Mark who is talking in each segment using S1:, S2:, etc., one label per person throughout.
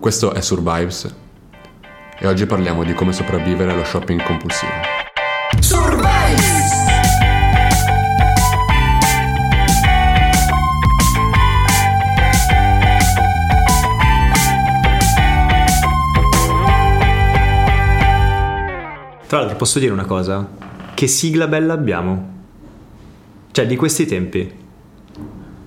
S1: Questo è Survives e oggi parliamo di come sopravvivere allo shopping compulsivo.
S2: Survive!
S3: Tra l'altro posso dire una cosa? Che sigla bella abbiamo. Cioè, di questi tempi.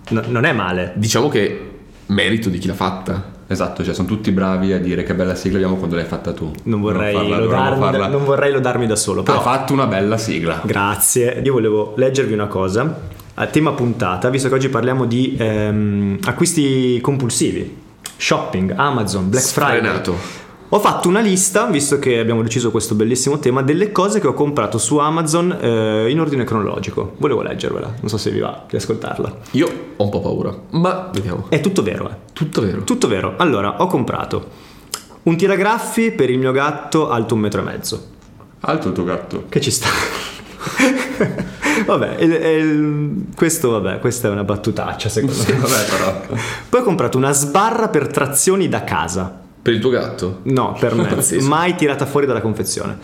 S3: No- non è male.
S4: Diciamo che merito di chi l'ha fatta.
S1: Esatto, cioè sono tutti bravi a dire che bella sigla abbiamo quando l'hai fatta tu.
S3: Non vorrei,
S1: farla-
S3: lodarmi,
S1: dovremmo
S3: da,
S1: farla. Ah,
S3: non vorrei lodarmi da solo. Però,
S1: Ha fatto una bella sigla.
S3: grazie. Io volevo leggervi una cosa. A tema puntata, visto che oggi parliamo di ehm, acquisti compulsivi. Shopping, Amazon, Black Friday.
S4: Sfrenato.
S3: Ho fatto una lista, visto che abbiamo deciso questo bellissimo tema, delle cose che ho comprato su Amazon eh, in ordine cronologico. Volevo leggervela, non so se vi va di ascoltarla.
S4: Io ho un po' paura, ma vediamo.
S3: È tutto vero, eh.
S4: Tutto vero.
S3: Tutto vero. Allora, ho comprato un tiragraffi per il mio gatto alto un metro e mezzo.
S1: Alto il tuo gatto.
S3: Che ci sta. vabbè, il- il- questo, vabbè, questa è una battutaccia secondo me.
S1: Vabbè però.
S3: Poi ho comprato una sbarra per trazioni da casa.
S4: Per il tuo gatto?
S3: No, per me.
S4: Pazzesco.
S3: mai tirata fuori dalla confezione.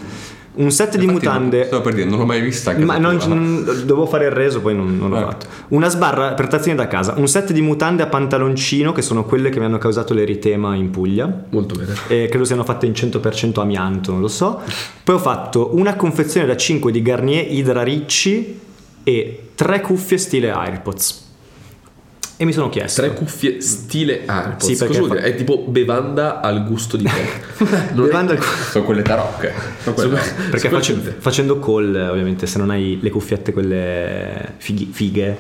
S3: Un set di mutande.
S1: Stavo per dire, non l'ho mai vista. anche
S3: Ma
S1: se
S3: non,
S1: tu-
S3: non- dovevo fare il reso, poi non, non l'ho
S1: Eh.
S4: Ecco.
S3: fatto. Una sbarra per trazioni da casa, un set di mutande a pantaloncino, che sono quelle che mi hanno causato l'eritema in Puglia.
S4: Molto bene.
S3: E credo siano fatte in 100% amianto, non lo so. Poi ho fatto una confezione da 5 di Garnier Idra Ricci e tre cuffie stile AirPods. E mi sono chiesto.
S4: Tre cuffie stile AirPods.
S3: Sì, perché
S4: Cosa vuol
S3: fa-
S4: dire? È tipo bevanda al gusto di te. Non è-
S3: Bevanda al-
S1: Sono quelle tarocche. Sono quelle tarocche.
S3: Perché faccio-
S4: Sicuramente.
S3: facendo call, eh, ovviamente, se non hai le cuffiette quelle fighi- fighe,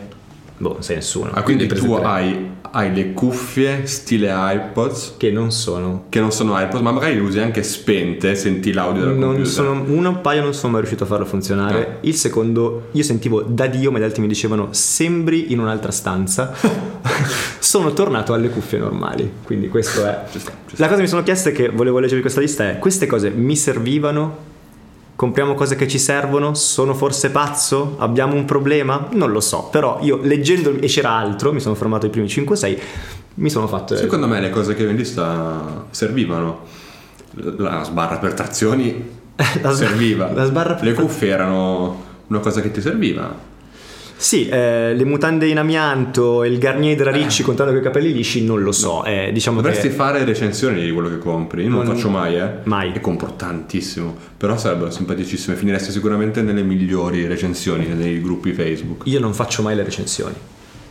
S3: boh, non sei nessuno.
S1: Ah, quindi
S4: Quindi
S1: tu
S4: prese tre.
S1: hai, hai le cuffie stile AirPods
S3: Che non sono.
S1: che non sono AirPods, ma magari le usi anche spente, senti l'audio dal
S3: Non
S1: computer. Ah.
S3: sono, uno, un paio non sono mai riuscito a farlo funzionare.
S1: No.
S3: Il secondo, io sentivo da Dio, ma gli altri mi dicevano sembri in un'altra stanza. sono tornato alle cuffie normali. Quindi questo è. La cosa che mi sono chiesta è che volevo leggervi questa lista è queste cose mi servivano? Compriamo cose che ci servono? Sono forse pazzo? Abbiamo un problema? Non lo so, però io leggendo e c'era altro, mi sono fermato ai primi 5-6, mi sono fatto...
S1: Secondo me le cose che vendi sta- servivano. La sbarra per trazioni
S3: La sbar-
S1: serviva.
S3: la sbarra per
S1: le cuffie erano una cosa che ti serviva.
S3: Sì, eh, le mutande in amianto e il Garnier della
S4: Eh.
S3: Ricci contando con i capelli lisci, non lo so. eh, diciamo
S1: Dovresti
S3: che...
S1: fare recensioni di quello che compri. Io non,
S3: Non-
S1: faccio mai, eh.
S3: mai.
S1: E compro tantissimo. Però sarebbero simpaticissime. Finiresti sicuramente nelle migliori recensioni nei gruppi Facebook.
S3: Io non faccio mai le recensioni.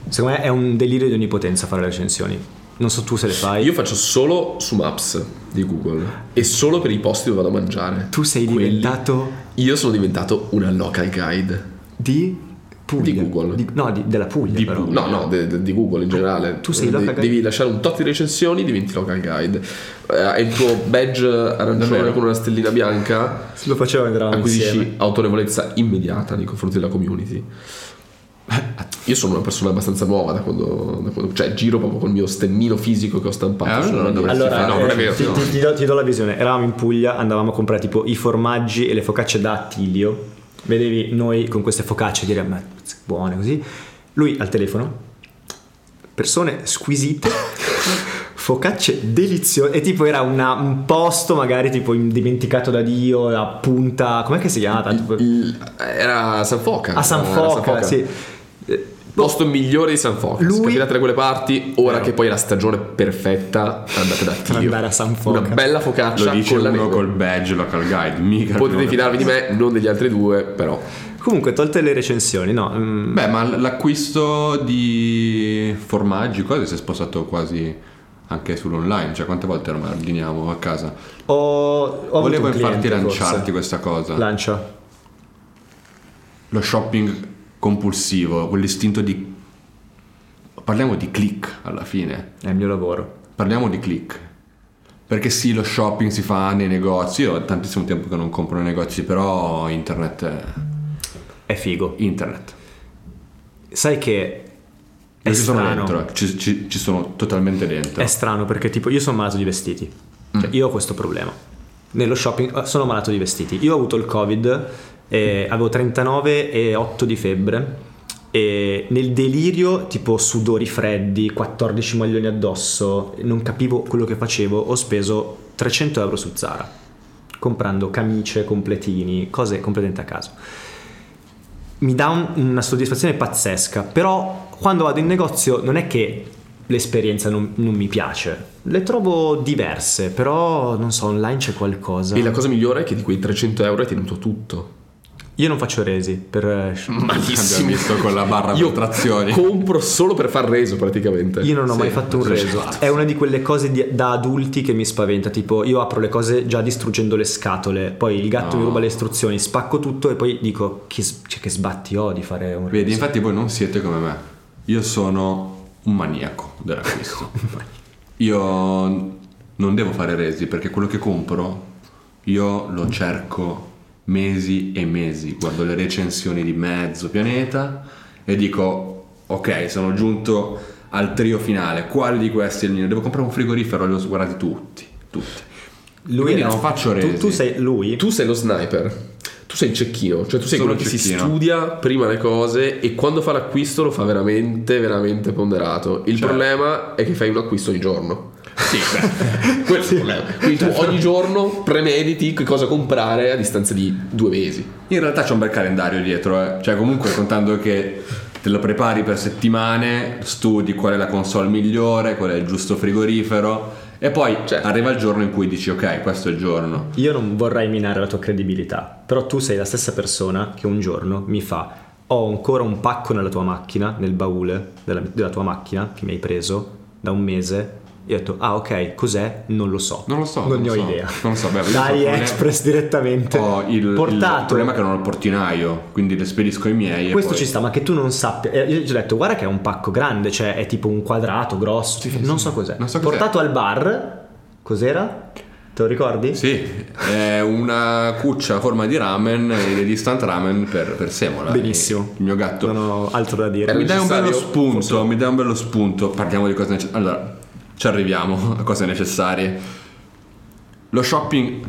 S3: Secondo me è un delirio di onnipotenza fare le recensioni. Non so tu se le fai.
S4: Io faccio solo su Maps di Google e solo per i posti dove vado a mangiare.
S3: Tu sei
S4: Quelli-
S3: diventato
S4: Io sono diventato una local guide.
S3: di Puglia.
S4: Di Google.
S3: no, di- della Puglia
S1: Di
S3: però.
S1: Puglia.
S4: No, no, de- de- di Google in generale.
S3: tu sei
S4: De-
S3: local guide?
S4: Devi lasciare un tot di recensioni, diventi local guide. Eh, Hai il tuo badge arancione
S1: Davvero?
S4: con una stellina bianca.
S3: Lo facevamo andare
S4: Acquisisci
S3: insieme.
S4: autorevolezza immediata nei confronti della community. Eh, Io sono una persona abbastanza nuova da quando, da quando- cioè giro proprio col mio stemmino fisico che ho stampato.
S1: Eh, allora
S4: sulla mia-
S1: dovresti
S3: Allora,
S1: fare-
S4: no, non è
S3: eh,
S4: vero.
S3: ti,
S4: no.
S3: ti- ti do, ti do la visione. Eravamo in Puglia, andavamo a comprare tipo i formaggi e le focacce da Attilio. Vedevi noi con queste focacce dire, ma buone così. Lui al telefono, persone squisite, focacce deliziose. E tipo era una- un posto magari tipo in- dimenticato da Dio, a punta, com'è che si chiama? Tanto-
S4: Il- era a San Foca.
S3: a San
S4: Era
S3: Foca, sì. Eh, boh,
S4: Posto migliore di San Foca.
S3: Lui-
S4: Se capitate da quelle parti, ora che poi è la stagione perfetta, andate da Tio.
S3: andare a San Foca.
S4: Una bella focaccia
S1: Lo dice
S4: con la
S1: uno
S4: neve.
S1: col badge local guide. Mica
S4: Potete
S1: non-
S4: fidarvi di me, non degli altri due, però.
S3: Esatto. Comunque, tolte le recensioni, no. mm,
S1: Beh, ma l- l'acquisto di formaggi, cose si è spostato quasi anche sull'online, cioè quante volte ormai ordiniamo a casa.
S3: ho, ho avuto
S1: Volevo
S3: un
S1: infatti
S3: cliente,
S1: lanciarti
S3: forse.
S1: questa cosa.
S3: Lancia.
S1: Lo shopping compulsivo, quell'istinto di... Parliamo di click alla fine,
S3: È il mio lavoro.
S1: parliamo di click. Perché sì, lo shopping si fa nei negozi, io ho tantissimo tempo che non compro nei negozi, però internet... È...
S3: È figo.
S1: Internet.
S3: Sai che è
S1: Io ci sono
S3: strano.
S1: dentro, eh, ci, ci- ci sono totalmente dentro.
S3: È strano perché tipo io sono malato di vestiti.
S1: Mm.
S3: Cioè, io ho questo problema. Nello shopping eh, sono malato di vestiti. Io ho avuto il Covid, eh, avevo 39 e 8 di febbre. E nel delirio, tipo sudori freddi, 14 maglioni addosso, non capivo quello che facevo, ho speso 300 euro su Zara, comprando camicie, completini, cose completamente a caso. Mi dà un- una soddisfazione pazzesca, però quando vado in negozio non è che l'esperienza non, non mi piace, le trovo diverse, però non so, online c'è qualcosa.
S4: E la cosa migliore è che di quei 300 euro hai tenuto tutto.
S3: Io non faccio resi per...
S1: Abbiamo visto con la barra
S4: Io
S1: per trazioni.
S4: compro solo per far reso praticamente.
S3: Io non ho
S1: Sì,
S3: mai fatto un
S1: sì,
S3: reso.
S1: esatto.
S3: È una di quelle cose di- da adulti che mi spaventa. Tipo, io apro le cose già distruggendo le scatole. Poi il gatto
S1: No.
S3: mi ruba le istruzioni, spacco tutto e poi dico: Che, s- cioè, che sbatti ho di fare un reso.
S1: Vedi, infatti voi non siete come me. Io sono un maniaco dell'acquisto. Io non devo fare resi perché quello che compro io lo cerco mesi e mesi. Guardo le recensioni di mezzo pianeta e dico ok, sono giunto al trio finale. Quale di questi è il mio? Devo comprare un frigorifero, li ho guardati tutti, tutti. Quindi
S3: era-
S1: non faccio
S3: tu-
S1: resi.
S3: Tu, sei lui.
S4: Tu sei lo sniper. Tu sei il cecchino, cioè tu sei
S1: Sono
S4: quello che si
S1: cecchino.
S4: studia prima le cose e quando fa l'acquisto lo fa veramente, veramente ponderato. Il
S1: Cioè.
S4: problema è che fai un acquisto ogni giorno.
S1: Sì, beh.
S4: Quello è il problema. Quindi tu
S1: Certo.
S4: ogni giorno premediti che cosa comprare a distanza di due mesi.
S1: In realtà c'è un bel calendario dietro, eh. cioè comunque contando che te lo prepari per settimane, studi qual è la console migliore, qual è il giusto frigorifero e poi
S4: Certo.
S1: arriva il giorno in cui dici ok, questo è il giorno.
S3: Io non vorrei minare la tua credibilità. Però tu sei la stessa persona che un giorno mi fa: Ho ancora un pacco nella tua macchina, nel baule della, della tua macchina che mi hai preso da un mese. Io ho detto: Ah, ok, cos'è? Non lo so.
S1: Non lo so.
S3: Non, ne ho
S1: so.
S3: idea.
S1: Non lo so, beh, io so
S3: Dai,
S1: come-
S3: Express direttamente.
S1: Ho il, il
S3: portato.
S1: problema è che non ho il portinaio, quindi le spedisco ai miei. e
S3: questo
S1: poi-
S3: ci sta, ma che tu non sappia. eh, Io gli ho detto, guarda che è un pacco grande, cioè è tipo un quadrato grosso. non so cos'è.
S1: Non so cos'è.
S3: Portato al bar, cos'era? Te lo ricordi?
S1: Sì, è una cuccia a forma di ramen e degli instant ramen per, per semola.
S3: Benissimo.
S1: E Il mio gatto. Eh,
S3: Non ho altro da dire.
S4: Era
S1: mi dai un
S4: necessario?
S1: bello spunto,
S4: Forse no.
S1: mi dai un bello spunto. Parliamo di cose necessarie. Allora, ci arriviamo a cose necessarie. Lo shopping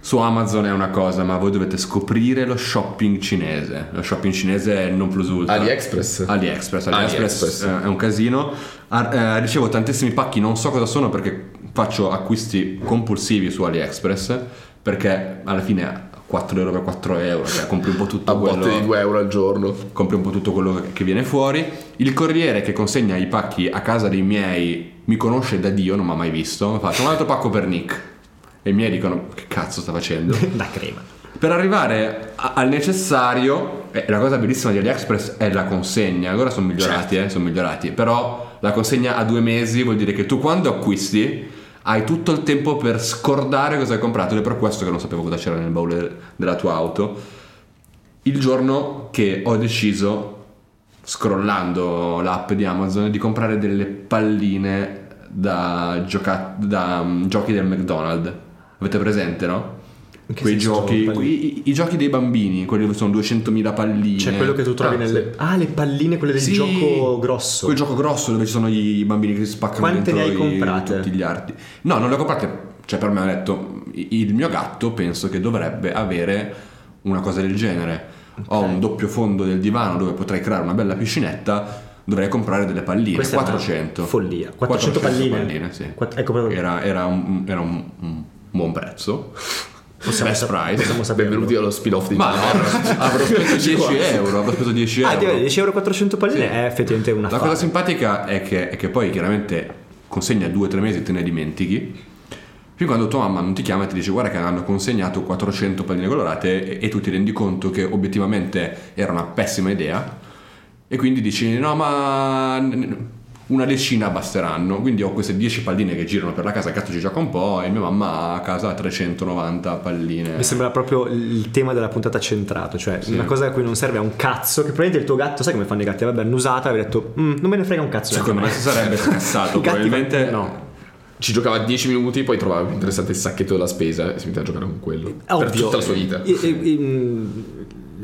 S1: su Amazon è una cosa, ma voi dovete scoprire lo shopping cinese. Lo shopping cinese è non plus ultra.
S4: AliExpress.
S1: AliExpress,
S4: AliExpress.
S1: AliExpress eh, è un casino. Ar- eh, ricevo tantissimi pacchi, non so cosa sono perché faccio acquisti compulsivi su AliExpress perché alla fine 4 euro per 4 euro, cioè compri un po' tutto
S4: A
S1: quello
S4: botte di 2 euro al giorno.
S1: compri un po' tutto quello che viene fuori. Il corriere che consegna i pacchi a casa dei miei mi conosce da Dio, non mi ha mai visto. Mi faccio un altro pacco per Nick. E i miei dicono: Che cazzo sta facendo?
S3: Da crema.
S1: per arrivare a- al necessario, eh, la cosa bellissima di AliExpress è la consegna. Ora sono migliorati, eh, sono migliorati. Però la consegna a due mesi vuol dire che tu quando acquisti. Hai tutto il tempo per scordare cosa hai comprato ed è per questo che non sapevo cosa c'era nel baule della tua auto il giorno che ho deciso, scrollando l'app di Amazon, di comprare delle palline da, gioca- da, mm, giochi del McDonald's. Avete presente, no?
S3: In che
S1: Quei
S3: senso
S1: giochi,
S3: sono palline?
S1: i, i- i giochi dei bambini, quelli dove sono 200.000 palline.
S3: Cioè quello che tu trovi
S4: Ah,
S3: nelle... Ah, le palline, quelle del
S1: Sì,
S3: gioco grosso.
S1: Quel gioco grosso dove ci sono i bambini che si spaccano
S3: Quante ne
S1: dentro
S3: hai
S1: i-
S3: comprate?
S1: tutti gli arti. No, non le ho comprate. Cioè, per me ho detto, i- il mio gatto penso che dovrebbe avere una cosa del genere. Ho un doppio fondo del divano dove potrei creare una bella piscinetta. Dovrei comprare delle palline.
S3: Questa è una
S1: 400.
S3: follia. 400 palline?
S1: sì.
S3: Quatt- ecco proprio-
S1: Era, era un, era un- un buon prezzo.
S3: Possiamo
S1: Best
S3: sap-
S1: price.
S3: possiamo saperlo.
S4: Benvenuti allo spin-off di
S1: Ma no, avrò speso 10 euro. Avrò speso 10
S3: Ah,
S1: euro.
S3: ti vedo, 10 euro 400 palline
S1: Sì.
S3: è effettivamente una
S1: La
S3: fata.
S1: cosa simpatica è che, è che poi chiaramente consegna due o tre mesi e te ne dimentichi. Fin quando tua mamma non ti chiama e ti dice guarda che hanno consegnato 400 palline colorate e, e tu ti rendi conto che obiettivamente era una pessima idea e quindi dici no ma n- n- una decina basteranno. Quindi ho queste 10 palline che girano per la casa, cazzo ci gioca un po' e mia mamma a casa ha 390 palline.
S3: Mi sembra proprio il tema della puntata centrato, cioè una cosa a cui non serve a un cazzo, che probabilmente il tuo gatto, sai come fanno i gatti, avrebbe annusata e avrebbe detto, "Mm, non me ne frega un cazzo.
S1: Secondo me si sarebbe scassato,
S3: I gatti
S1: probabilmente
S3: fanno- no.
S4: Ci giocava 10 minuti, poi trovava più interessante il sacchetto della spesa e si metteva a giocare con quello. Per
S3: Ovvio.
S4: tutta la sua vita.
S3: E- e- e- mm,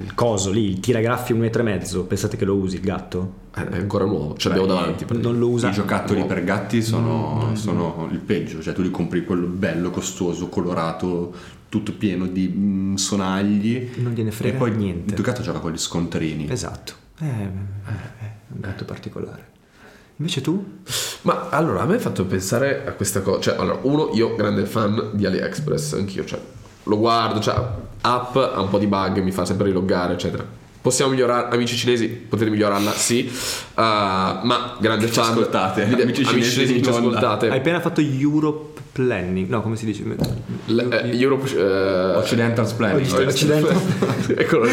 S3: il coso lì, il tiragraffi 1,5, pensate che lo usi il gatto?
S4: Eh, È ancora nuovo, ce l'abbiamo
S1: Beh,
S4: davanti. praticamente.
S3: Non lo usa.
S1: I giocattoli per gatti sono, sono il peggio, cioè tu li compri quello bello, costoso, colorato, tutto pieno di mm, sonagli.
S3: Non gliene frega
S1: e poi
S3: niente.
S1: Il tuo gatto gioca con gli scontrini.
S3: Esatto. Eh, eh, eh, è un gatto particolare. Invece tu?
S4: Ma allora a me ha fatto pensare a questa cosa. Cioè, allora, uno, io grande fan di AliExpress, anch'io, cioè, lo guardo, cioè, app ha un po' di bug, mi fa sempre riloggare, eccetera. Possiamo migliorare, amici cinesi, potete migliorarla, sì. Uh, ma grande
S1: Ci
S4: fan.
S1: ascoltate,
S4: di-
S1: amici cinesi
S4: che ci
S1: in onda.
S4: ascoltate.
S3: Hai appena fatto Europe Planning. No, come si dice?
S4: L- eh, Europe. eh,
S1: Occidental Splendid.
S3: Occidental-
S4: Eccolo. lì.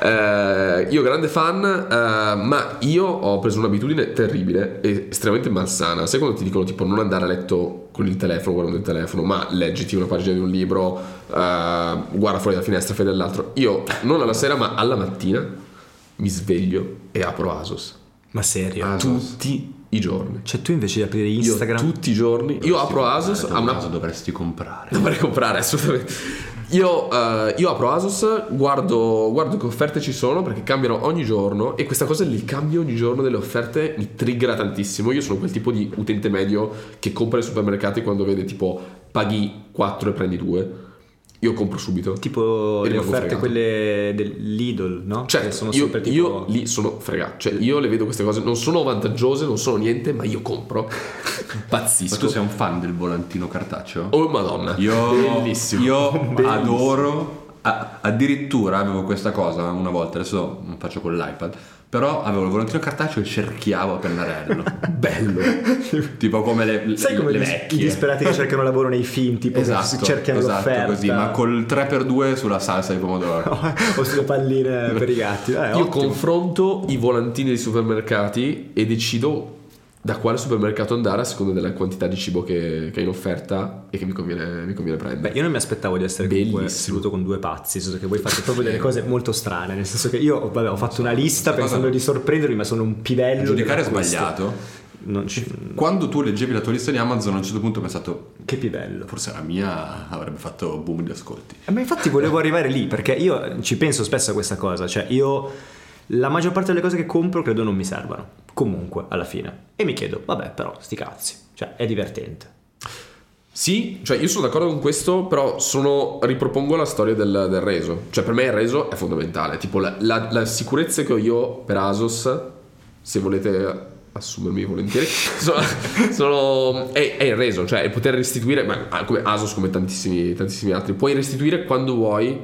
S4: Eh, io grande fan, eh, ma io ho preso un'abitudine terribile e estremamente malsana. Sai quando ti dicono tipo non andare a letto con il telefono, guardando il telefono, ma leggiti una pagina di un libro, eh, guarda fuori dalla finestra, fai dell'altro. Io non alla sera, ma alla mattina mi sveglio e apro Asos.
S3: Ma serio?
S1: Ah,
S4: Tutti i giorni.
S3: Cioè tu invece di aprire
S4: Io
S3: Instagram...
S4: tutti i giorni. Io apro Asos a una
S1: cosa dovresti comprare.
S4: non vorrei comprare assolutamente. Io, eh, io apro Asus, guardo, guardo che offerte ci sono perché cambiano ogni giorno e questa cosa li cambio ogni giorno delle offerte mi triggera tantissimo. Io sono quel tipo di utente medio che compra ai supermercati quando vede tipo paghi 4 e prendi 2. Io compro subito.
S3: Tipo
S4: E
S3: le
S4: rimango
S3: offerte
S4: fregato.
S3: quelle dell'Idol, no?
S4: Cioè,
S3: Che sono
S4: io,
S3: sempre tipo...
S4: io lì sono fregato. Cioè, io le vedo queste cose, non sono vantaggiose, non sono niente, ma io compro.
S1: Ma
S4: Pazzisco.
S1: tu sei un fan del volantino cartaceo?
S4: Oh madonna.
S1: Io,
S4: Bellissimo.
S1: io adoro. a- addirittura avevo questa cosa una volta, adesso non faccio con l'iPad. Però avevo il volantino cartaceo e cerchiavo a pennarello. Bello. tipo come le,
S3: Sai
S1: le-
S3: come
S1: le
S3: dis- i
S1: vecchie.
S3: disperati che cercano lavoro nei film, tipo
S1: Esatto,
S3: che cercano
S1: esatto,
S3: l'offerta
S1: così, ma col 3x2 sulla salsa di pomodoro.
S3: o sulle palline per i gatti. Eh,
S4: Io
S3: ottimo.
S4: confronto i volantini dei supermercati e decido da quale supermercato andare a seconda della quantità di cibo che, che è in offerta e che mi conviene, mi conviene prendere.
S3: Beh, io non mi aspettavo di essere comunque
S4: Bellissimo.
S3: seduto con due pazzi, nel senso che voi fate proprio delle cose molto strane, nel senso che io vabbè, ho fatto una lista
S1: Cosa-
S3: pensando di sorprendervi, ma sono un pivello.
S1: Giudicare è
S3: dell'acquisto.
S1: sbagliato.
S3: Non ci-
S1: Quando tu leggevi la tua lista di Amazon, a un certo punto ho pensato,
S3: Che pivello.
S1: forse la mia avrebbe fatto boom di ascolti.
S3: Eh, Ma infatti volevo arrivare lì perché io ci penso spesso a questa cosa, cioè io la maggior parte delle cose che compro credo non mi servano, comunque alla fine. E mi chiedo, vabbè però, sti cazzi, cioè è divertente.
S4: Sì, cioè io sono d'accordo con questo, però sono, ripropongo la storia del, del reso. Cioè per me il reso è fondamentale. Tipo la, la- la sicurezza che ho io per Asos, se volete assumermi volentieri, sono, sono- è, è il reso, cioè è poter restituire, ma ah, come Asos come tantissimi, tantissimi altri, puoi restituire quando vuoi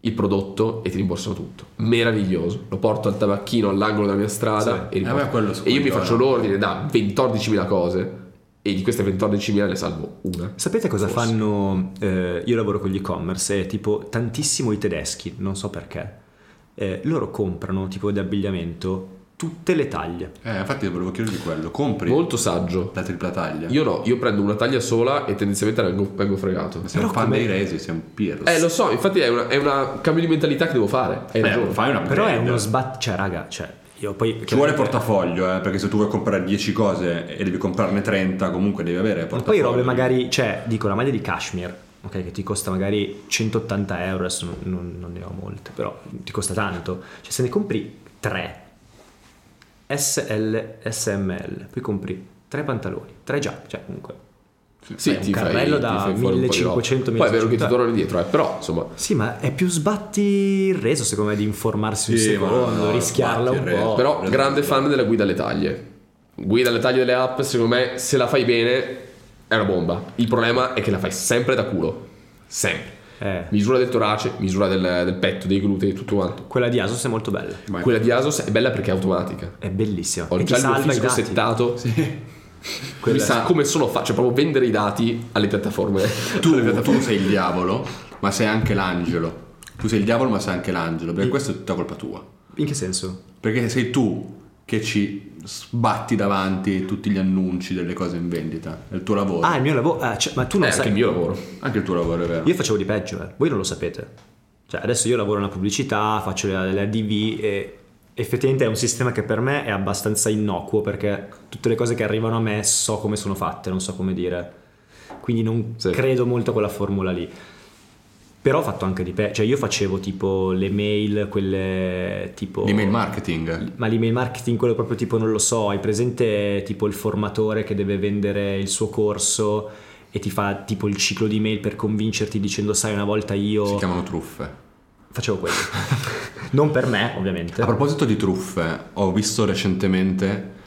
S4: il prodotto e ti rimborsano tutto. Meraviglioso. Lo porto al tabacchino all'angolo della mia strada
S1: Sì.
S4: e, riporto.
S1: Eh, ma quello
S4: e io mi
S1: sconto,
S4: faccio
S1: eh.
S4: l'ordine da 14.000 cose. E di queste 14.000 ne salvo una.
S3: Sapete cosa
S4: Forse.
S3: fanno? eh, io lavoro con gli e-commerce e tipo tantissimo i tedeschi, non so perché, eh, loro comprano tipo di abbigliamento tutte le taglie.
S1: Eh, infatti volevo chiederti quello, compri
S4: Molto saggio.
S1: la tripla taglia.
S4: Io no, io prendo una taglia sola e tendenzialmente vengo, vengo fregato.
S1: sei un
S3: però
S1: fan
S3: come-
S1: dei resi, sei un pirro.
S4: Eh, lo so, infatti è una- è un cambio di mentalità che devo fare. Hai ragione.
S1: Eh, fai una
S3: Però è
S1: brand.
S3: uno sbat... cioè raga, cioè io poi...
S1: Ci vuole portafoglio, eh, perché se tu vuoi comprare 10 cose e devi comprarne 30, comunque devi avere
S3: Ma
S1: portafoglio.
S3: poi robe magari, cioè, dico la maglia di cashmere, ok, che ti costa magari 180 euro, adesso non, non- non ne ho molte, però ti costa tanto. Cioè, se ne compri 3 SL, SML, poi compri 3 pantaloni, 3 giacche, cioè comunque.
S4: Sì,
S3: Beh, un
S4: ti fai,
S3: carrello
S4: ti
S3: da
S4: fai fuori un po' di roba.
S3: 1500,
S4: Poi è vero che ti
S3: 1500.
S4: tornano indietro, eh, però insomma.
S3: Sì, ma è più sbatti il reso, secondo me, di informarsi un
S1: Sì, ma
S3: secondo,
S1: no, no,
S3: rischiarla
S1: sbatti
S3: un
S1: il reso.
S3: po'.
S4: però
S1: preso
S4: grande
S1: questo.
S4: fan della guida alle taglie. Guida alle taglie delle app, secondo me, se la fai bene è una bomba. Il problema è che la fai sempre da culo. Sempre.
S3: Eh,
S4: Misura del torace, misura del, del petto, dei glutei, tutto quanto.
S3: quella di Asos è molto bella.
S1: Ma-
S4: Quella di Asos è bella perché è automatica.
S3: È bellissima.
S4: Ho
S3: e ti
S4: già il mio
S3: salva i
S4: fisco
S3: dati.
S4: settato.
S3: Quella-
S4: Mi sa come sono faccio proprio vendere i dati alle piattaforme. Eh, Alle
S1: Tu,
S4: piattaforme.
S1: tu sei il diavolo, ma sei anche l'angelo. Tu sei il diavolo, ma sei anche l'angelo,
S3: Mm.
S1: perché questa è tutta colpa tua.
S3: In che senso?
S1: Perché sei tu che ci sbatti davanti tutti gli annunci delle cose in vendita. È il tuo lavoro.
S3: Ah, il mio lavoro. ah, cioè, ma tu non
S4: È anche
S3: sai.
S4: Eh, il mio lavoro.
S1: Anche il tuo lavoro, è vero.
S3: Io facevo di peggio, eh. voi non lo sapete. Cioè, adesso io lavoro nella pubblicità, faccio la, la DV e effettivamente è un sistema che per me è abbastanza innocuo perché tutte le cose che arrivano a me so come sono fatte, non so come dire. Quindi non
S4: Sì.
S3: credo molto a quella formula lì. Però ho fatto anche di peggio, cioè io facevo tipo le mail, quelle tipo...
S1: L'email marketing.
S3: Ma l'email marketing, quello proprio tipo, non lo so, hai presente tipo il formatore che deve vendere il suo corso e ti fa tipo il ciclo di mail per convincerti dicendo sai una volta
S1: Si
S3: io...
S1: chiamano truffe.
S3: facevo quello. non per me, ovviamente.
S1: A proposito di truffe, ho visto recentemente il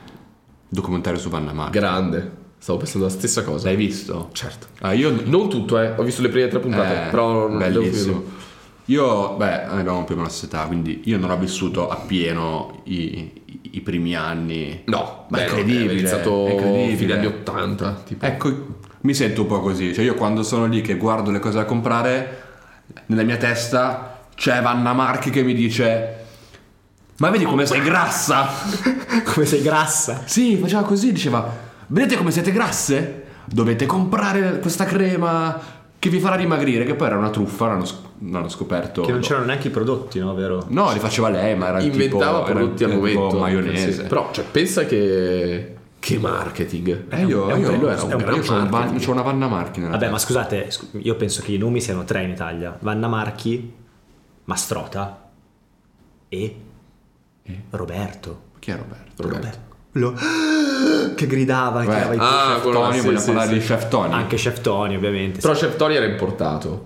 S1: documentario su Vanna Marchi.
S4: Grande. Stavo pensando la stessa cosa.
S1: L'hai visto?
S4: Certo.
S1: Ah, io
S4: Non tutto, eh. Ho visto le prime tre puntate,
S1: Eh,
S4: però non le ho
S1: bellissimo.
S4: finite.
S1: Io, beh, abbiamo più o meno la stessa età, quindi io non ho vissuto appieno i, i- i primi anni.
S4: No,
S1: Ma
S4: beh,
S1: è
S4: no,
S1: incredibile,
S4: È iniziato
S1: è incredibile.
S4: fine anni 80. Tipo.
S1: Ecco, mi sento un po' così, cioè io quando sono lì che guardo le cose da comprare, nella mia testa c'è Vanna Marchi che mi dice "Ma vedi come sei grassa?".
S3: Come sei grassa.
S1: Sì, faceva così, diceva "Vedete come siete grasse? Dovete comprare questa crema che vi farà dimagrire", che poi era una truffa, l'hanno, sc- l'hanno scoperto.
S3: Che non c'erano neanche i prodotti, no, vero?
S1: No, li faceva lei, ma era
S4: Inventava
S1: tipo,
S4: prodotti
S1: era
S4: al
S1: tipo
S4: momento.
S1: maionese.
S4: Sì. Però, cioè, pensa che. Che marketing.
S1: eh, io,
S4: È un-
S1: io,
S4: quello era un
S1: io
S4: gran
S1: c'ho, un van-
S4: marketing.
S1: c'ho una Vanna Marchi nella
S3: Vabbè, ma scusate, scu- io penso che i nomi siano tre in Italia: Vanna Marchi, Mastrota e Roberto.
S1: Chi è Roberto?
S4: Roberto.
S3: Lo- che gridava, che
S1: Beh,
S3: era il-
S4: ah,
S1: Chef
S4: quello là,
S1: Tony,
S4: sì,
S1: vogliamo
S4: sì,
S1: parlare
S4: sì.
S1: di Chef Tony?
S3: anche Chef Tony, ovviamente.
S4: Però Chef Tony era importato.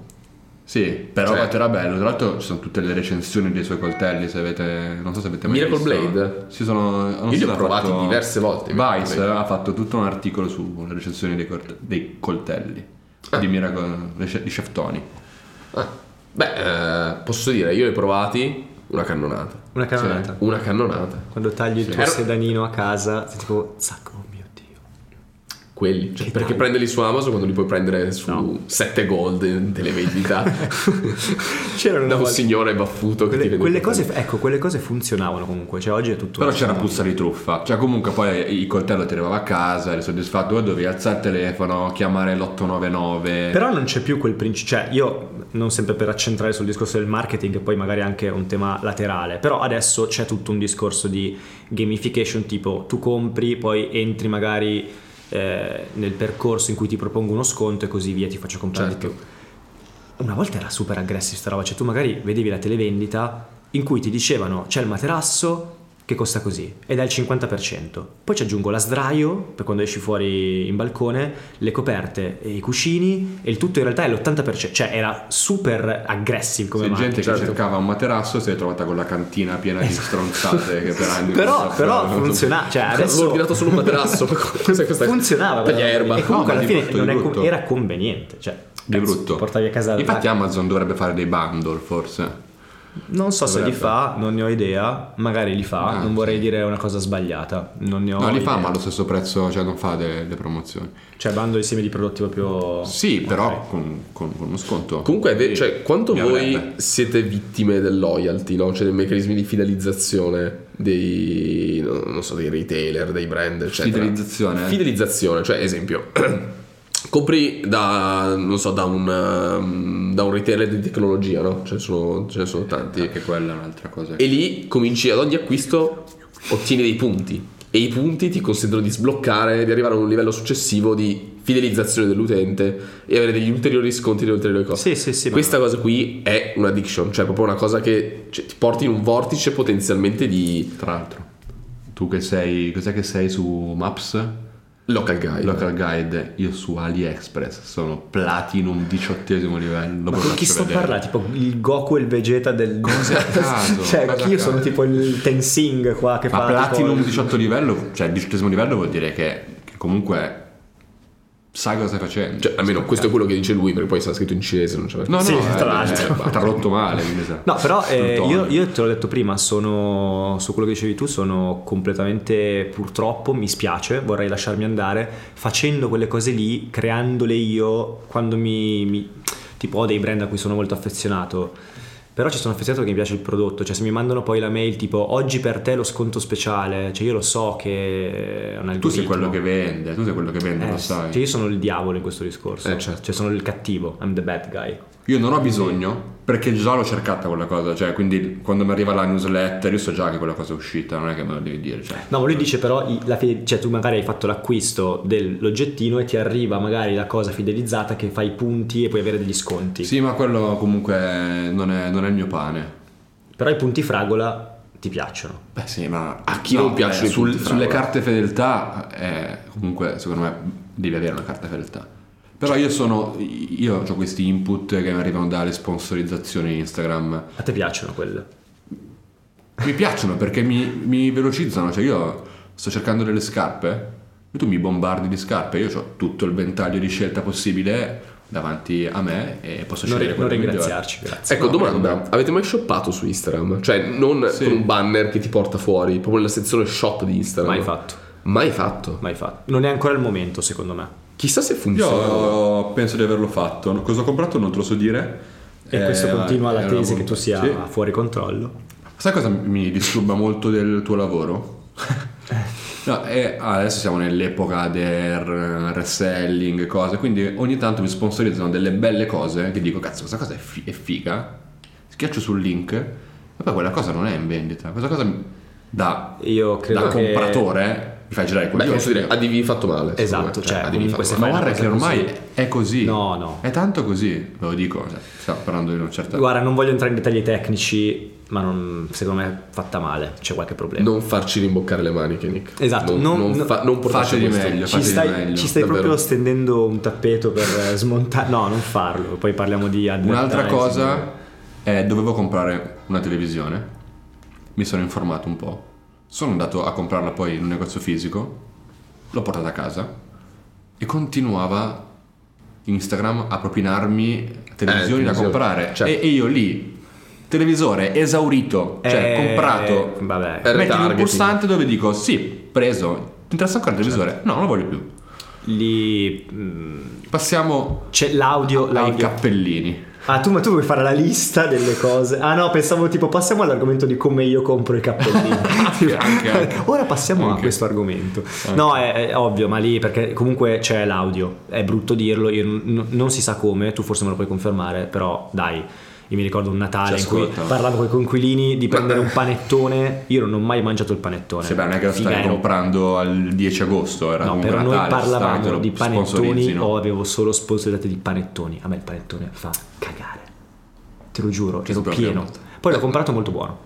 S1: Sì, però
S4: Cioè-
S1: quanto era bello. Tra l'altro ci sono tutte le recensioni dei suoi coltelli, se avete... Non so se avete mai
S4: Miracle
S1: visto.
S4: Blade?
S1: Sì, sono... non
S4: Io
S1: so
S4: li
S1: se
S4: ho
S1: ha
S4: provati
S1: fatto-
S4: diverse volte.
S1: Vice ha fatto tutto un articolo sulle recensioni dei, cort- dei coltelli di Miracle... di Chef Tony.
S4: Ah. Beh, eh, posso dire, io li ho provati una cannonata.
S3: Una canonata.
S4: Una cannonata.
S3: Quando tagli il tuo
S4: Ero-
S3: sedanino a casa, sei tipo, zacco, oh mio dio.
S4: Quelli. Cioè,
S3: Che
S4: perché
S3: dai.
S4: prenderli su Amazon quando li puoi prendere su
S3: No.
S4: 7 gold in televendita
S3: C'erano
S4: da
S3: una
S4: un
S3: volta-
S4: signore baffuto che ti
S3: Quelle,
S4: vende
S3: quelle
S4: i
S3: cose,
S4: coltelli.
S3: ecco, quelle cose funzionavano comunque. Cioè, oggi è tutto.
S1: Però c'era puzza di truffa, cioè comunque poi il coltello ti arrivava a casa, eri soddisfatto, poi dovevi alzare il telefono, chiamare l'899.
S3: Però non c'è più quel principio, cioè io non sempre per accentrare sul discorso del marketing, che poi magari è anche un tema laterale, però adesso c'è tutto un discorso di gamification tipo tu compri, poi entri magari eh, nel percorso in cui ti propongo uno sconto e così via, ti faccio comprare di
S4: Certo.
S3: più. Una volta era super aggressive sta roba, cioè tu magari vedevi la televendita in cui ti dicevano c'è il materasso che costa così ed è il 50%. Poi ci aggiungo la sdraio per quando esci fuori in balcone, le coperte e i cuscini e il tutto in realtà è l'80%, cioè era super aggressive come cioè.
S1: C'è
S3: marca.
S1: gente
S4: certo.
S1: che cercava un materasso e si è trovata con la cantina piena di stronzate che per anni non
S3: Esatto. Però,
S1: sapevano-
S3: però funzionava, cioè
S4: Eh, L'ho
S3: adesso
S4: ordinato solo un materasso. ma cos'è questa-
S3: funzionava.
S4: Taglia
S3: quella roba
S4: erba.
S3: lì. E comunque
S1: No, ma
S3: alla
S1: di
S3: fine
S1: brutto, di
S3: non è com-
S1: brutto.
S3: era conveniente, cioè
S1: Di
S3: cazzo,
S1: brutto.
S3: ti Portavi a casa la-
S1: Infatti Amazon dovrebbe fare dei bundle forse.
S3: Non so se li
S1: Dovrebbe.
S3: fa, non ne ho idea, magari li fa,
S1: Ah,
S3: non vorrei dire una cosa sbagliata, non ne ho
S1: No, li fa
S3: idea.
S1: ma allo stesso prezzo, cioè non fa de- le promozioni.
S3: Cioè bando insieme di prodotti proprio...
S1: Sì, però
S3: Ok.
S1: con, con- con uno sconto.
S4: Comunque è vero, cioè, quanto
S1: Mi
S4: voi
S1: avrebbe.
S4: siete vittime del loyalty, no? Cioè dei meccanismi di fidelizzazione dei, no- non so, dei retailer, dei brand, eccetera.
S1: Fidelizzazione? eh.
S4: Fidelizzazione, cioè esempio, compri da, non so, da un, um, da un retailer di tecnologia, no? Ce ne sono, ce ne sono tanti.
S1: Anche quella è un'altra cosa.
S4: E lì cominci ad ogni acquisto ottieni dei punti e i punti ti consentono di sbloccare, di arrivare a un livello successivo di fidelizzazione dell'utente e avere degli ulteriori sconti, delle ulteriori cose.
S3: Sì, sì, sì. ma-
S4: Questa cosa qui è un'addiction, cioè proprio una cosa che cioè, ti porti in un vortice potenzialmente di
S1: Tra l'altro, tu che sei, cos'è che sei su Maps?
S4: local guy.
S1: Local Guide, io su AliExpress sono platinum diciottesimo livello.
S3: Ma
S1: poi
S3: con
S1: faccio
S3: chi sto
S1: vedere.
S3: parlando? Tipo il Goku e il Vegeta del...
S1: Cosa a caso?
S3: cioè,
S1: Cosa a
S3: io
S1: caso?
S3: sono tipo il Tensing qua che
S1: Ma
S3: fa...
S1: platinum
S3: tipo-
S1: 18 livello, cioè diciottesimo livello vuol dire che, che comunque sai cosa stai facendo.
S4: Cioè, almeno questo è quello che dice lui, perché poi sarà scritto in cinese, non c'è
S1: No, no,
S3: Sì,
S1: eh,
S3: tra l'altro.
S1: eh, ha tradotto male, quindi sa.
S3: No, però eh,
S1: Stronzone.
S3: io, io te l'ho detto prima, sono su quello che dicevi tu, sono completamente purtroppo, mi spiace, vorrei lasciarmi andare, facendo quelle cose lì, creandole io, quando mi, mi- tipo ho dei brand a cui sono molto affezionato. Però ci sono affezionato perché mi piace il prodotto, cioè se mi mandano poi la mail tipo oggi per te lo sconto speciale, cioè io lo so che è un algoritmo.
S1: Tu sei quello che vende, tu sei quello che vende, lo
S3: Eh,
S1: sai.
S3: Cioè io sono il diavolo in questo discorso,
S4: Eh, certo.
S3: cioè sono il cattivo, I'm the bad guy.
S1: Io non ho bisogno perché già l'ho cercata quella cosa, cioè quindi quando mi arriva la newsletter io so già che quella cosa è uscita, non è che me lo devi dire. Cioè.
S3: No, ma lui dice però, i- la fide- cioè tu magari hai fatto l'acquisto dell'oggettino e ti arriva magari la cosa fidelizzata che fai i punti e puoi avere degli sconti.
S1: Sì, ma quello comunque non è, non è il mio pane.
S3: Però i punti fragola ti piacciono.
S1: Beh sì, ma
S4: A chi non piacciono i
S1: eh, sul-
S4: punti,
S1: sulle
S4: fra
S1: carte fedeltà eh, comunque secondo me devi avere una carta fedeltà. Però io sono. Io ho questi input che mi arrivano dalle sponsorizzazioni Instagram.
S3: A te piacciono quelle?
S1: Mi piacciono perché mi, mi velocizzano. Cioè, io sto cercando delle scarpe. e Tu mi bombardi di scarpe. Io ho tutto il ventaglio di scelta possibile davanti a me e posso
S3: Non,
S1: scegliere
S3: non
S1: quello che mi
S3: ringraziarci, grazie.
S4: Ecco,
S1: No,
S4: domanda,
S1: guarda.
S4: avete mai shoppato su Instagram? Cioè, non
S1: Sì.
S4: con un banner che ti porta fuori, proprio nella sezione shop di Instagram.
S3: Mai fatto,
S4: Mai fatto.
S3: mai fatto. Non è ancora il momento, secondo me.
S4: Chissà se
S1: Io
S4: funziona.
S1: penso di averlo fatto. Cosa ho comprato non te lo so dire.
S3: E questo
S1: Eh,
S3: continua la
S1: era
S3: tesi
S1: una-
S3: che tu sia
S1: Sì.
S3: fuori controllo.
S1: Sai cosa mi disturba molto del tuo lavoro? No, e adesso siamo nell'epoca del eh, reselling, cose, quindi ogni tanto mi sponsorizzano delle belle cose che dico, cazzo, questa cosa è, fi- è figa, schiaccio sul link e poi quella cosa non è in vendita, questa cosa mi- da,
S3: Io credo
S1: da
S3: che...
S1: compratore mi fa girare il
S4: Beh,
S1: coglione.
S4: posso dire, ADV fatto male.
S3: Esatto, cioè,
S4: ADV
S3: comunque
S4: fatto
S3: se
S1: Ma
S4: male.
S3: fai una
S1: guarda
S3: cosa
S1: che ormai
S3: così-
S1: è così,
S3: No, no.
S1: è tanto così, ve lo dico, cioè, stiamo parlando di una certa...
S3: Guarda, non voglio entrare in dettagli tecnici, ma non- secondo me è fatta male, c'è qualche problema.
S4: Non farci rimboccare le maniche, Nick.
S3: Esatto,
S4: Non,
S3: non-
S4: non,
S3: non-
S4: fa- non portarci
S1: Fate di
S4: questo.
S1: meglio.
S3: Ci
S1: fate di
S3: stai,
S1: meglio,
S3: ci stai
S4: davvero.
S3: proprio stendendo un tappeto per eh, smontare. No, non farlo. Poi parliamo di
S1: Un'altra
S3: advertising.
S1: cosa è dovevo comprare una televisione. Mi sono informato un po'. Sono andato a comprarla poi in un negozio fisico. L'ho portata a casa e continuava Instagram a propinarmi
S3: Eh,
S1: televisioni da
S4: televisioni,
S1: comprare.
S3: Cioè.
S4: certo.
S1: E, e io lì televisore esaurito, cioè
S3: Eh,
S1: comprato.
S3: Vabbè.
S4: Eh,
S1: Metti un
S4: retargeting.
S1: pulsante dove dico sì, preso. Ti interessa ancora il
S3: Certo.
S1: televisore? No, non lo voglio più.
S3: Lì. mh,
S1: Passiamo
S3: c'è l'audio.
S1: ai
S3: l'audio.
S1: cappellini.
S3: Ah, tu, ma tu vuoi fare la lista delle cose? Ah, no, pensavo tipo passiamo all'argomento di come io compro i cappellini.
S1: Anche, anche, anche.
S3: Ora passiamo a
S1: Anche.
S3: questo argomento. No, è, è ovvio, ma lì perché comunque c'è l'audio. È brutto dirlo, io n- non si sa come, tu forse me lo puoi confermare, però dai. Io mi ricordo un Natale
S1: Ci
S3: in cui
S1: ascoltano.
S3: parlavo con i conquilini di prendere un panettone. Io non ho mai mangiato il panettone.
S1: Sì, beh, non è che lo
S3: Figa,
S1: stai
S3: ero
S1: comprando al 10 agosto, era
S3: No,
S1: comunque
S3: però noi
S1: Natale, stai, te
S3: parlavamo
S1: lo
S3: di panettoni
S1: sponsorizzino.
S3: o avevo solo sponsorizzate di panettoni. A me il panettone fa cagare. Te lo giuro, ero
S1: proprio
S3: pieno.
S1: molto.
S3: Poi l'ho comprato molto buono.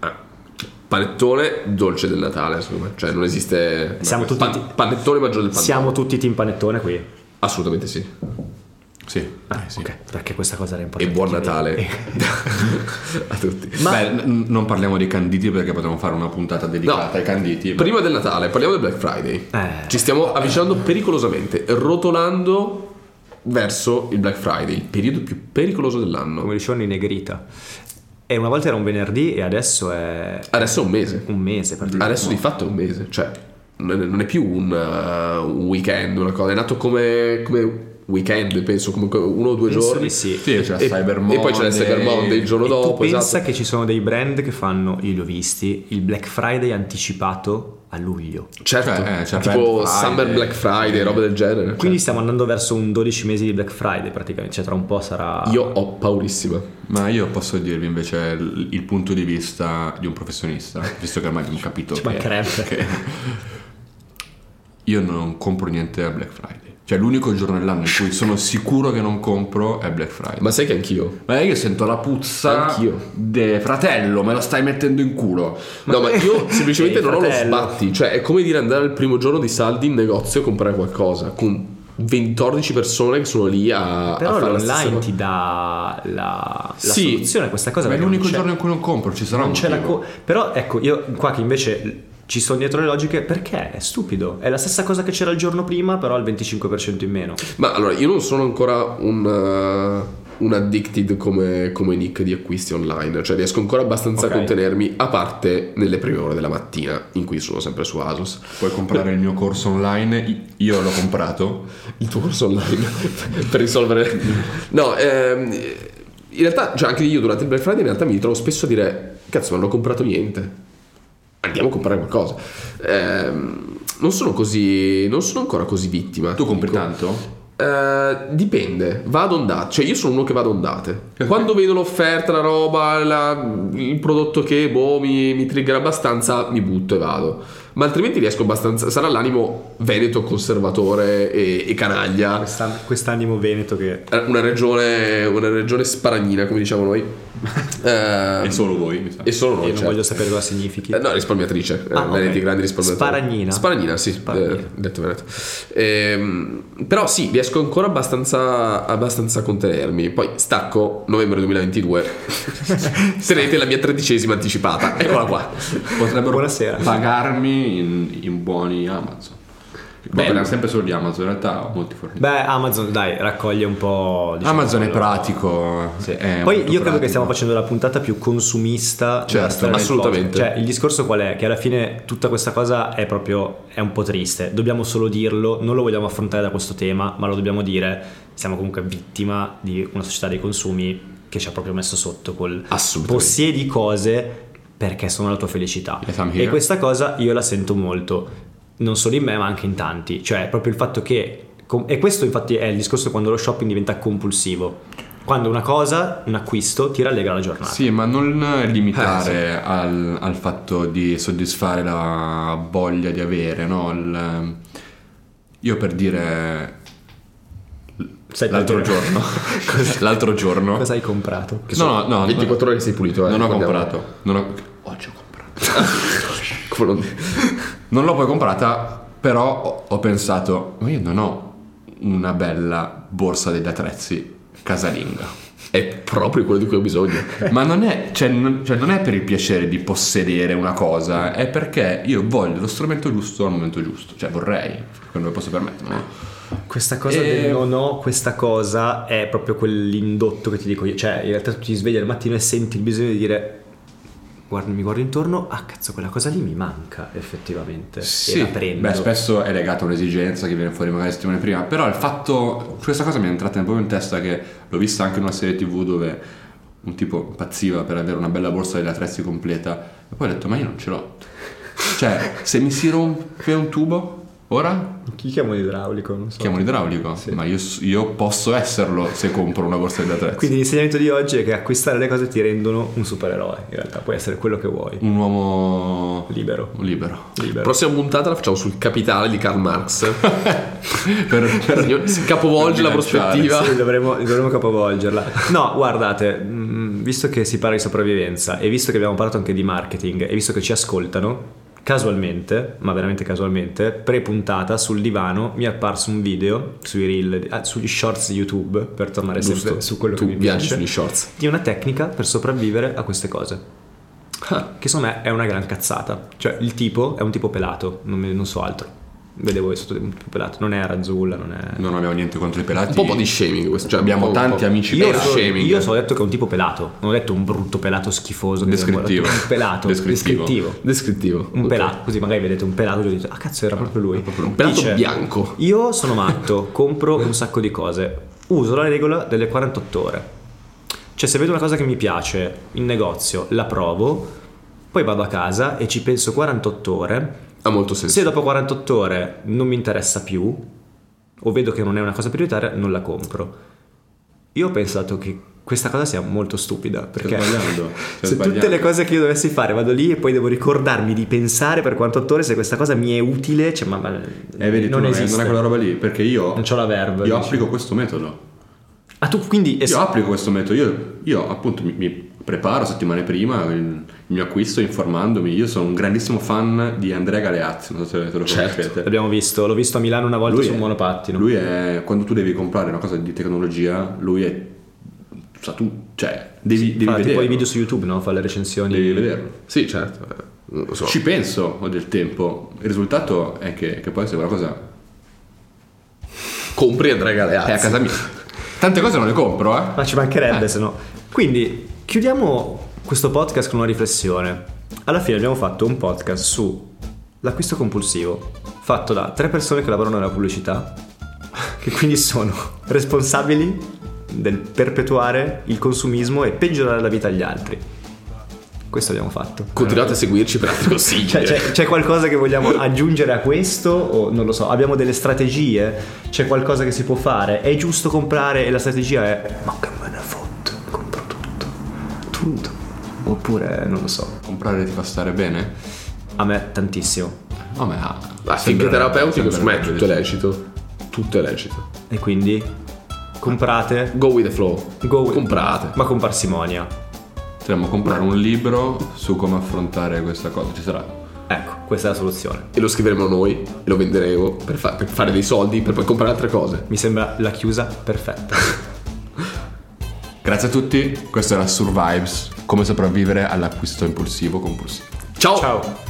S4: Ah. Panettone dolce del Natale, secondo me. Cioè, non esiste.
S3: Siamo
S4: Pan-
S3: tutti-
S4: panettone maggiore del panettone.
S3: Siamo tutti team panettone qui.
S4: Assolutamente sì.
S1: Sì.
S3: Ah, ok, perché questa cosa era
S4: Eh, E
S3: importante.
S4: buon
S3: Chi-
S4: Natale a tutti.
S3: Ma-
S1: Beh, n- non parliamo dei canditi perché potremmo fare una puntata dedicata
S4: No.
S1: ai canditi.
S4: Prima del Natale, parliamo del Black Friday.
S3: Eh.
S4: Ci stiamo avvicinando pericolosamente, rotolando verso il Black Friday, il periodo più pericoloso dell'anno.
S3: Come dicevano in negrita. E una volta era un venerdì e adesso è
S4: Adesso è un mese.
S3: un mese. praticamente.
S4: Adesso di fatto è un mese, cioè non è non è più un, uh, un weekend, una cosa, è nato come, come weekend, penso, comunque uno o due
S3: Penso
S4: giorni.
S3: di sì.
S1: Sì, c'è
S4: E,
S1: il Cyber
S4: e
S1: Monday.
S4: poi c'è il Cyber Monday il giorno
S3: E
S4: dopo.
S3: tu pensa
S4: esatto.
S3: che ci sono dei brand che fanno, io li ho visti, il Black Friday anticipato a luglio.
S4: Certo,
S1: Cioè, eh, c'è
S4: tipo
S1: Black Friday.
S4: Summer Black Friday, roba del genere. Cioè,
S3: Quindi stiamo andando verso un 12 mesi di Black Friday praticamente, cioè tra un po' sarà...
S4: Cioè, io ho paurissima.
S1: Ma io posso dirvi invece il, il punto di vista di un professionista, visto che ormai abbiamo capito
S3: Ci
S1: che
S3: mancherebbe.
S1: io non compro niente a Black Friday. Cioè l'unico giorno dell'anno in cui sono sicuro che non compro è Black Friday.
S4: Ma sai che anch'io.
S1: Ma io sento la puzza
S4: Anch'io.
S1: de fratello, me lo stai mettendo in culo.
S4: no, ma io semplicemente
S3: Ehi,
S4: non
S3: fratello.
S4: ho lo sbatti. Cioè, è come dire andare il primo giorno di saldi in negozio e comprare qualcosa con 14 persone che sono lì a, a
S3: Però
S4: fare la stessa
S3: l'online
S4: cosa.
S3: ti dà la, la
S4: Sì,
S3: soluzione a questa cosa.
S1: Ma è
S3: perché
S1: l'unico
S3: non c'è-
S1: giorno in cui non compro, ci sarà
S3: non
S1: un
S3: c'è la
S1: motivo.
S3: co- Però ecco, io qua che invece ci sono dietro le logiche, perché è stupido. È la stessa cosa che c'era il giorno prima, però al 25% in meno.
S4: Ma allora, io non sono ancora un, uh, un addicted come, come Nick di acquisti online, cioè riesco ancora abbastanza
S3: Ok.
S4: a contenermi, a parte nelle prime ore della mattina, in cui sono sempre su Asus.
S1: Puoi comprare il mio corso online, i- io l'ho comprato.
S4: Il tuo corso online per risolvere... No, ehm, in realtà, cioè anche io durante il Black Friday in realtà mi ritrovo spesso a dire, cazzo, ma non ho comprato niente. Andiamo a comprare qualcosa. Ehm, non sono così... non sono ancora così vittima.
S1: Tu compri
S4: dico.
S1: tanto?
S4: Eh, dipende, vado ondate, cioè io sono uno che vado ondate. Quando vedo l'offerta, la roba, la- il prodotto che boh, mi, mi trigger abbastanza, mi butto e vado. ma altrimenti riesco abbastanza. Sarà l'animo veneto conservatore e, e canaglia.
S3: Questa- quest'animo veneto che
S4: Eh, Una regione, una regione sparagnina, come diciamo noi. Eh,
S1: E solo voi, mi sa.
S4: e solo
S3: io
S4: noi.
S3: non
S4: certo.
S3: voglio sapere cosa significhi.
S4: Eh, no, risparmiatrice, eh,
S3: Ah, ok.
S4: Veneti grandi risparmiatori.
S3: Sparagnina.
S4: Sparagnina, sì,
S3: Sparagnina.
S4: eh, detto Veneto. Ehm, però sì, riesco ancora abbastanza, abbastanza a contenermi. Poi stacco novembre 2022. Tenete la mia tredicesima anticipata. Eccola qua.
S1: Potrebbero
S3: Buonasera.
S1: pagarmi in, in buoni Amazon.
S4: Bello.
S1: Beh, sempre solo di Amazon, in realtà ho molti fornitori.
S3: Beh, Amazon, dai, raccoglie un po'. diciamo,
S1: Amazon è
S3: quello-
S1: pratico.
S3: Sì.
S1: è
S3: eh. Poi io
S1: molto
S3: credo che
S1: pratico.
S3: stiamo facendo la puntata più consumista della
S1: Certo,
S3: storia del
S4: assolutamente.
S3: podcast. Cioè, il discorso qual è? Che alla fine tutta questa cosa è proprio è un po' triste. Dobbiamo solo dirlo, non lo vogliamo affrontare da questo tema, ma lo dobbiamo dire. Siamo comunque vittima di una società dei consumi che ci ha proprio messo sotto col
S4: Assolutamente.
S3: possiedi cose perché sono la tua felicità.
S1: Yes, I'm here.
S3: E questa cosa io la sento molto, non solo in me ma anche in tanti, cioè proprio il fatto che, com- e questo infatti è il discorso quando lo shopping diventa compulsivo, quando una cosa, un acquisto ti rallegra la giornata.
S1: Sì, ma non eh, limitare
S3: Eh,
S1: al, al fatto di soddisfare la voglia di avere, no? Il- ehm, io per dire
S3: Sai
S1: l'altro
S3: perché?
S1: giorno, l'altro giorno,
S3: Cosa hai comprato?
S4: Che
S1: No,
S4: sono
S1: no, no,
S4: 24
S1: no.
S4: ore che sei pulito. eh,
S1: non ho
S4: ricordiamo.
S1: comprato, non ho- oggi ho comprato.
S4: Come non-
S1: Non l'ho poi comprata, però ho, ho pensato, ma io non ho una bella borsa degli attrezzi casalinga.
S4: È proprio quello di cui ho bisogno.
S1: Ma non è, cioè, non, cioè, non è per il piacere di possedere una cosa, è perché io voglio lo strumento giusto al momento giusto. Cioè, vorrei, quando lo posso permettere. no?
S3: Questa cosa
S1: Eh,
S3: del non ho, questa cosa è proprio quell'indotto che ti dico io, cioè in realtà tu ti svegli al mattino e senti il bisogno di dire guarda, mi guardo intorno, ah cazzo quella cosa lì mi manca effettivamente e la prendo.
S1: beh, spesso è legato a un'esigenza che viene fuori magari settimane prima, però il fatto, questa cosa mi è entrata proprio in testa che l'ho vista anche in una serie tv dove un tipo impazziva per avere una bella borsa degli attrezzi completa e poi ho detto ma io non ce l'ho. Cioè, se mi si rompe un tubo, ora
S3: Chi chiama l'idraulico? Non so.
S1: Chiamo l'idraulico, ma io, io posso esserlo se compro una borsa di attrezzi.
S3: Quindi l'insegnamento di oggi è che acquistare le cose ti rendono un supereroe. In realtà puoi essere quello che vuoi.
S1: Un uomo
S3: Libero.
S1: libero.
S3: Libero.
S4: Prossima puntata la facciamo sul capitale di Karl Marx.
S3: Eh,
S1: Per, per-
S4: Si capovolge la
S1: Per bilanciare,
S4: prospettiva.
S3: Sì, dovremmo, dovremmo capovolgerla. No, guardate, mm, visto che si parla di sopravvivenza e visto che abbiamo parlato anche di marketing e visto che ci ascoltano, casualmente, ma veramente casualmente, pre-puntata sul divano mi è apparso un video sui reel, ah, sugli shorts di YouTube, per tornare sempre su quello
S4: tu
S3: che mi
S4: viaggi
S3: piace,
S4: sugli shorts.
S3: di una tecnica per sopravvivere a queste cose. Ah, Che secondo me è una gran cazzata. Cioè, il tipo è un tipo pelato, non, me- non so altro. Vedevo che sotto un tipo pelato. Non è razzulla, non è.
S1: Non abbiamo niente contro i pelati.
S4: Un po', di shaming questo. Cioè,
S1: Abbiamo
S4: un po'- un
S1: tanti
S4: po'-
S1: amici
S4: Io
S3: Io,
S1: pelati.
S4: sono-
S3: so,
S4: shaming.
S3: io so detto che è un tipo pelato, non ho detto un brutto pelato schifoso. che sembra- ho detto
S1: Descrittivo.
S3: Un pelato,
S1: Descrittivo.
S3: descrittivo.
S4: Descrittivo.
S3: Un
S4: Ok.
S3: pelato, così magari vedete un pelato e dite, ah cazzo era proprio lui.
S4: Un pelato
S3: Dice,
S4: bianco.
S3: Io sono matto, compro un sacco di cose, uso la regola delle 48 ore. Cioè, se vedo una cosa che mi piace in negozio, la provo, poi vado a casa e ci penso 48 ore.
S4: Ha molto senso.
S3: Se dopo 48 ore non mi interessa più, o vedo che non è una cosa prioritaria, non la compro. Io ho pensato che questa cosa sia molto stupida, perché
S1: sbagliando, stai
S3: se tutte le
S1: sbagliando.
S3: cose che io dovessi fare vado lì e poi devo ricordarmi di pensare per 48 ore se questa cosa mi è utile, cioè ma, ma
S1: Eh, vedi, tu
S3: non
S1: non, è-
S3: esiste.
S1: non è quella roba lì, perché io...
S3: Non c'ho la verve,
S1: Io
S3: dici.
S1: applico questo metodo.
S3: Ah, tu quindi es-
S1: Io applico questo metodo. Io, io, appunto mi, mi preparo settimane prima il, il mio acquisto informandomi. Io sono un grandissimo fan di Andrea Galeazzi, non so se te lo
S4: Certo.
S1: conoscete.
S3: l'abbiamo visto, l'ho visto a Milano una volta
S1: Lui
S3: su Ah, un
S1: è-
S3: monopattino.
S1: Lui è quando tu devi comprare una cosa di tecnologia, lui è sa tu, cioè devi, devi
S3: Fa tipo i
S1: vederlo.
S3: video su YouTube, no? Fa le recensioni.
S1: Devi vederlo.
S4: Sì, certo. eh, non lo so.
S1: Ci penso, ho del tempo. Il risultato è che, che poi se quella cosa
S4: Compri Andrea Galeazzi.
S1: è a casa mia. Tante cose non le compro, eh.
S3: Ma ci mancherebbe se no. Quindi chiudiamo questo podcast con una riflessione. Alla fine abbiamo fatto un podcast su l'acquisto compulsivo, fatto da tre persone che lavorano nella pubblicità, che quindi sono responsabili del perpetuare il consumismo e peggiorare la vita agli altri. Questo abbiamo fatto.
S4: Continuate a seguirci per altri consigli.
S3: Cioè, c'è, c'è qualcosa che vogliamo aggiungere a questo? O non lo so, abbiamo delle strategie? C'è qualcosa che si può fare? È giusto comprare e la strategia è ma che me ne fotto, compro tutto, tutto. Oppure non lo so.
S1: Comprare ti fa stare bene?
S3: A me tantissimo.
S1: Vabbè, ah,
S4: Ah, finché
S1: sembrerebbe-
S4: terapeutico, secondo me,
S1: sembrerebbe
S4: tutto è
S1: di sì.
S4: lecito. Tutto è lecito.
S3: E quindi comprate,
S4: Go with the flow.
S3: Go with-
S4: Comprate.
S3: ma con parsimonia.
S1: Potremmo comprare un libro su come affrontare questa cosa. Ci sarà.
S3: Ecco, questa è la soluzione.
S4: E lo scriveremo noi e lo venderemo per, fa- per fare dei soldi per poi comprare altre cose.
S3: Mi sembra la chiusa perfetta.
S1: Grazie a tutti, questo era Survives, come sopravvivere all'acquisto impulsivo compulsivo.
S4: Ciao!
S3: Ciao.